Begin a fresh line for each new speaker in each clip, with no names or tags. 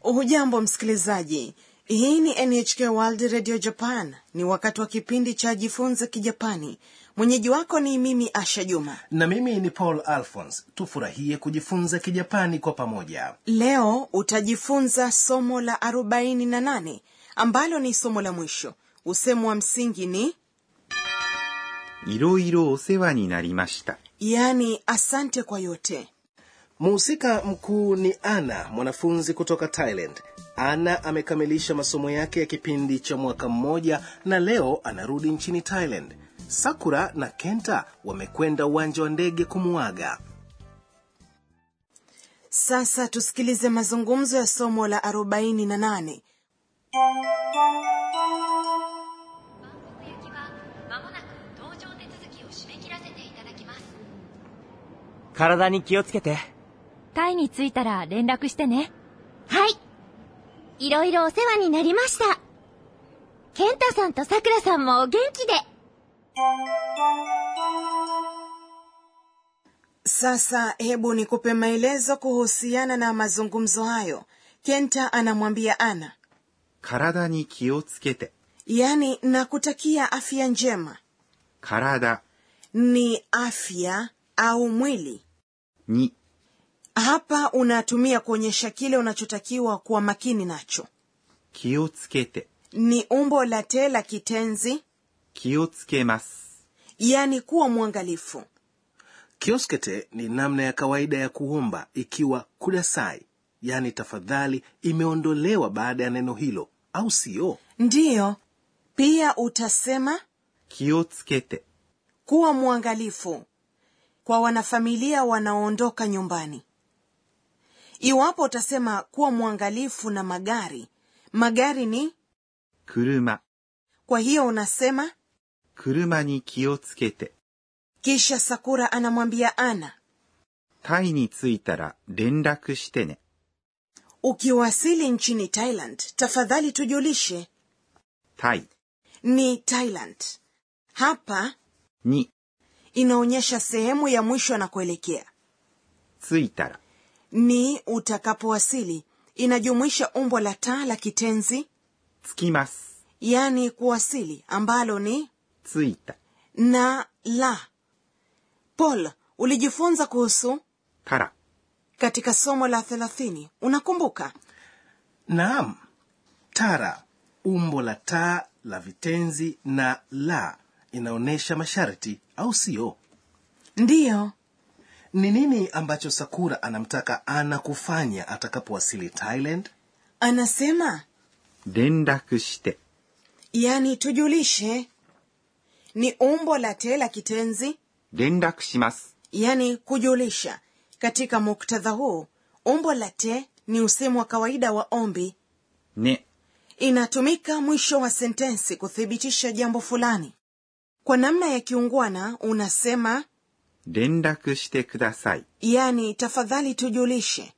hujambo msikilizaji hii ni nhk world radio japan ni wakati wa kipindi cha jifunze kijapani mwenyeji wako ni mimi asha juma
na mimi ni paul alphons tufurahie kujifunza kijapani kwa pamoja
leo utajifunza somo la 48 ambalo ni somo la mwisho usemo wa msingi ni
いろいろお世話になりました。
yaani asante kwa yote
mhusika mkuu ni ana mwanafunzi kutoka thailand ana amekamilisha masomo yake ya kipindi cha mwaka mmoja na leo anarudi nchini thailand sakura na kenta wamekwenda uwanja wa ndege kumuaga
sasa tusikilize mazungumzo ya somo la 48
お行きはまもなく搭乗手続きを締め切らせていただきます
体に気をつけて。
タイに着いたら連絡してね。はい。いろいろお世話になりました。ケンタさんとさくらさんもお元気で。
sasa hebu nikupe maelezo kuhusiana na mazungumzo hayo kenta anamwambia ana
体に気をつけて。
yaani nakutakia afya njema
体
ni afya au mwili
に
hapa unatumia kuonyesha kile unachotakiwa kuwa makini nacho
気をつけて。
ni umbo la te la kitenzi
気をつけます。
yaani kuwa mwangalifu
kioskete ni namna ya kawaida ya kuomba ikiwa kudasai yaani tafadhali imeondolewa baada ya neno hilo au siyo
ndiyo pia utasema
気をつけて。
kuwa mwangalifu kwa wanafamilia wanaoondoka nyumbani iwapo utasema kuwa mwangalifu na magari magari ni
車。
kwa hiyo unasema
車に気をつけて。
kisha sakura anamwambia ana
タイに着いたら連絡してね。
ukiwasili nchini thailand tafadhali tujulishe
タイ
ni thailand hapa
に
inaonyesha sehemu ya mwisho na kuelekea
着いたら
ni utakapowasili inajumuisha umbo la taa la kitenzi
着きます。
yani kuwasili ambalo ni
着いた
na la paul ulijifunza kuhusu
から
katika somo la 30 unakumbuka
naam tara umbo la taa la vitenzi na la inaonyesha masharti au siyo
ndiyo
ni nini ambacho sakura anamtaka ana kufanya atakapowasili thailand
anasema
連絡して。
yani tujulishe ni umbo la te la kitenzi
連絡します。
yani kujulisha katika muktadha huu umbo la te ni usemi wa kawaida wa ombi
ね。
inatumika mwisho wa sentensi kuthibitisha jambo fulani kwa namna ya kiungwana unasema
連絡してください。
yani tafadhali tujulishe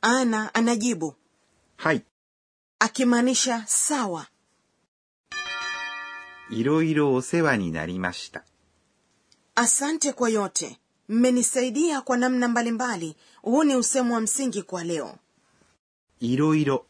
ana anajibu
はい。
akimaanisha sawa
いろいろお世話になりました。
asante kwa yote mmenisaidia kwa namna mbalimbali huu ni usemo wa msingi kwa leo
いろいろ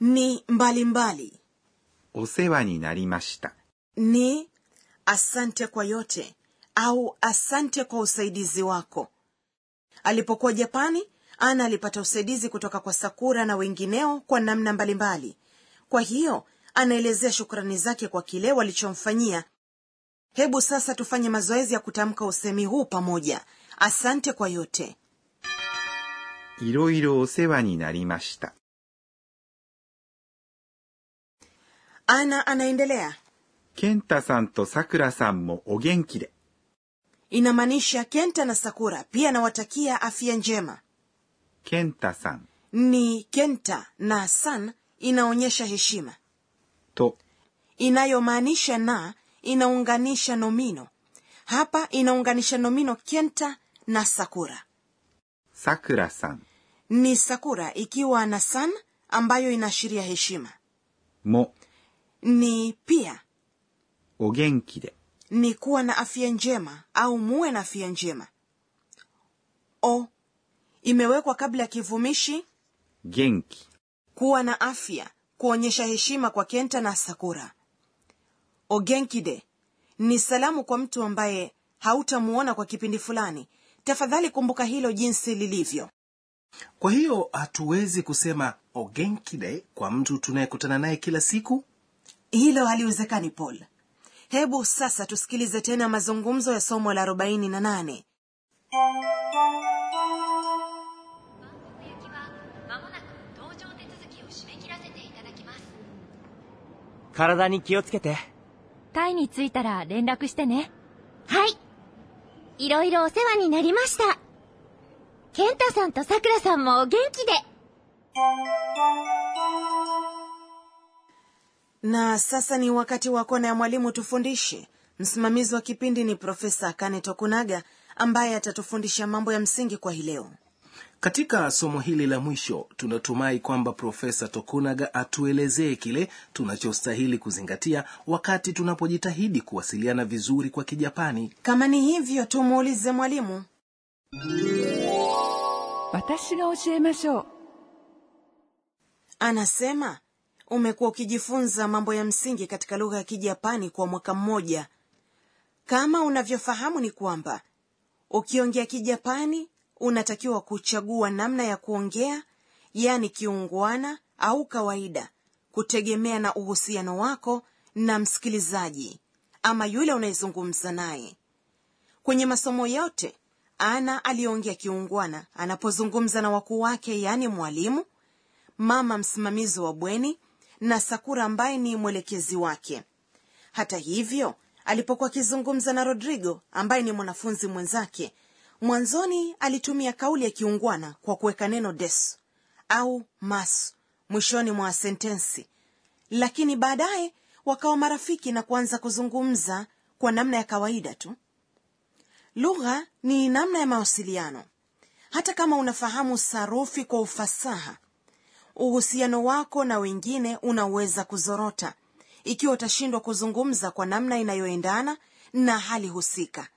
ni mbalimbali
お世話になりました。
ni asante kwa yote au asante kwa usaidizi wako alipokuwa japani ana alipata usaidizi kutoka kwa sakura na wengineo kwa namna mbalimbali kwa hiyo anaelezea shukrani zake kwa kile walichomfanyia hebu sasa tufanye mazoezi ya kutamka usemi huu pamoja asante kwa yote
いろいろお世話になりました。
ana anaendelea
健太さんとさくらさんもお元気で。
inamaanisha kenta na sakura pia anawatakia afya njema
健太さん
ni kenta na san inaonyesha heshima
と
inayomaanisha na inaunganisha nomino hapa inaunganisha nomino kenta na sakura
さくらさん
ni sakura ikiwa na san ambayo inaashiria heshima
も
ni pia
お元気で。
ni kuwa na afya njema au muwe na afya njema o imewekwa kabla ya kivumishi
元気
kuwa na afya kuonyesha heshima kwa kenta na sakura ogenkide ni salamu kwa mtu ambaye hautamuona kwa kipindi fulani tafadhali kumbuka hilo jinsi lilivyo
kwa hiyo hatuwezi kusema ogenkide kwa mtu tunayekutana naye kila siku
hilo haliwezekani paul hebu sasa tusikilize tena mazungumzo ya somo la 48
万国行きは間もなく搭乗手続きを締め切らせていただきます
体に気をつけて。
タイに着いたら連絡してね。はい。いろいろお世話になりました。ケンタさんとさくらさんもお元気で。
na sasa ni wakati wa kona ya mwalimu tufundishe msimamizi wa kipindi ni profesa kane tokunaga ambaye atatufundisha mambo ya msingi kwa hii leo
katika somo hili la mwisho tunatumai kwamba profesa tokunaga atuelezee kile tunachostahili kuzingatia wakati tunapojitahidi kuwasiliana vizuri kwa kijapani
kama ni hivyo tumuulize mwalimu
私が教えましょう
anasema umekuwa ukijifunza mambo ya msingi katika lugha ya kijapani kwa mwaka mmoja kama unavyofahamu ni kwamba ukiongea kijapani unatakiwa kuchagua namna ya kuongea yaani kiungwana au kawaida kutegemea na uhusiano wako na msikilizaji ama yule unayezungumza naye kwenye masomo yote ana aliongea kiungwana anapozungumza na wakuu wake yaani mwalimu mama msimamizi wa bweni na sakura ambaye ni mwelekezi wake hata hivyo alipokuwa akizungumza na rodrigo ambaye ni mwanafunzi mwenzake mwanzoni alitumia kauli ya kiungwana kwa kuweka neno des au mas mwishoni mwa sentensi lakini baadaye wakawa marafiki na kuanza kuzungumza kwa namna ya kawaida tu lugha ni namna ya mawasiliano hata kama unafahamu sarufi kwa ufasaha uhusiano wako na wengine unaweza kuzorota ikiwa utashindwa kuzungumza kwa namna inayoendana na hali husika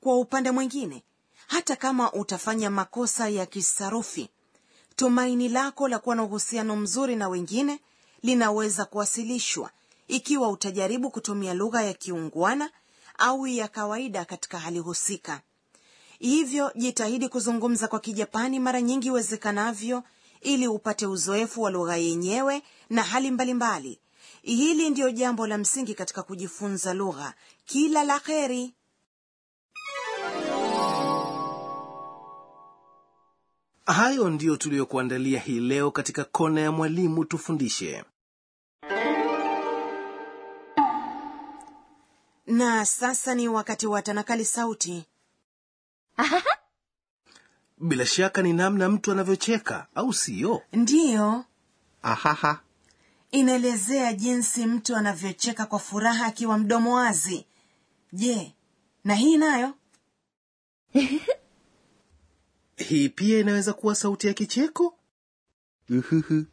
kwa upande mwingine hata kama utafanya makosa ya kisarufi tumaini lako la kuwa na uhusiano mzuri na wengine linaweza kuwasilishwa ikiwa utajaribu kutumia lugha ya kiungwana au ya kawaida katika hali husika hivyo jitahidi kuzungumza kwa kijapani mara nyingi iwezekanavyo ili upate uzoefu wa lugha yenyewe na hali mbalimbali hili ndiyo jambo la msingi katika kujifunza lugha kila la kheri
hayo ndiyo tuliyokuandalia hii leo katika kona ya mwalimu tufundishe
na sasa ni wakati wa tanakali sauti
bila shaka ni namna mtu anavyocheka au siyo
ndiyo
ahaha
inaelezea jinsi mtu anavyocheka kwa furaha akiwa mdomo wazi je na hii nayo
hii pia inaweza kuwa sauti ya kicheko
uhuhu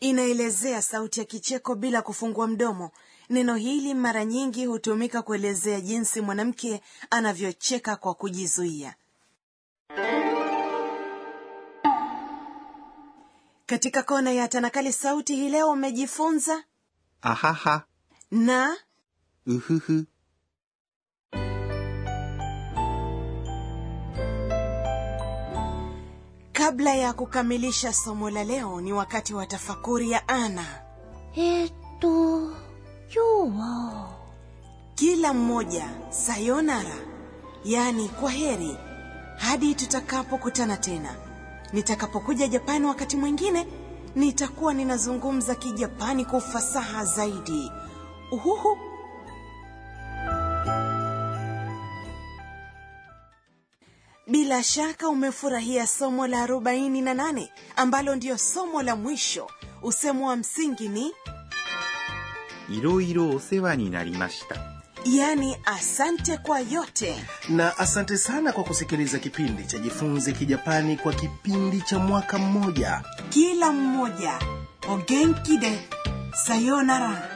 inaelezea sauti ya kicheko bila kufungua mdomo neno hili mara nyingi hutumika kuelezea jinsi mwanamke anavyocheka kwa kujizuia katika kona ya tanakali sauti hii leo umejifunza
ahaha
na
uhuhu
kabla ya kukamilisha somo la leo ni wakati wa tafakuri ya ana
えーっと、今日は、
kila mmoja sayonara yaani kwa heri hadi tutakapokutana tena nitakapokuja japani wakati mwingine nitakuwa ninazungumza kijapani kwa ufasaha zaidi uhuhu bila shaka umefurahia somo la 48 ambalo ndiyo somo la mwisho usemo wa msingi ni
いろいろお世話になりました
yaani asante kwa yote
na asante sana kwa kusikiliza kipindi cha jifunze kijapani kwa kipindi cha mwaka mmoja
kila mmoja ogenkide sayonara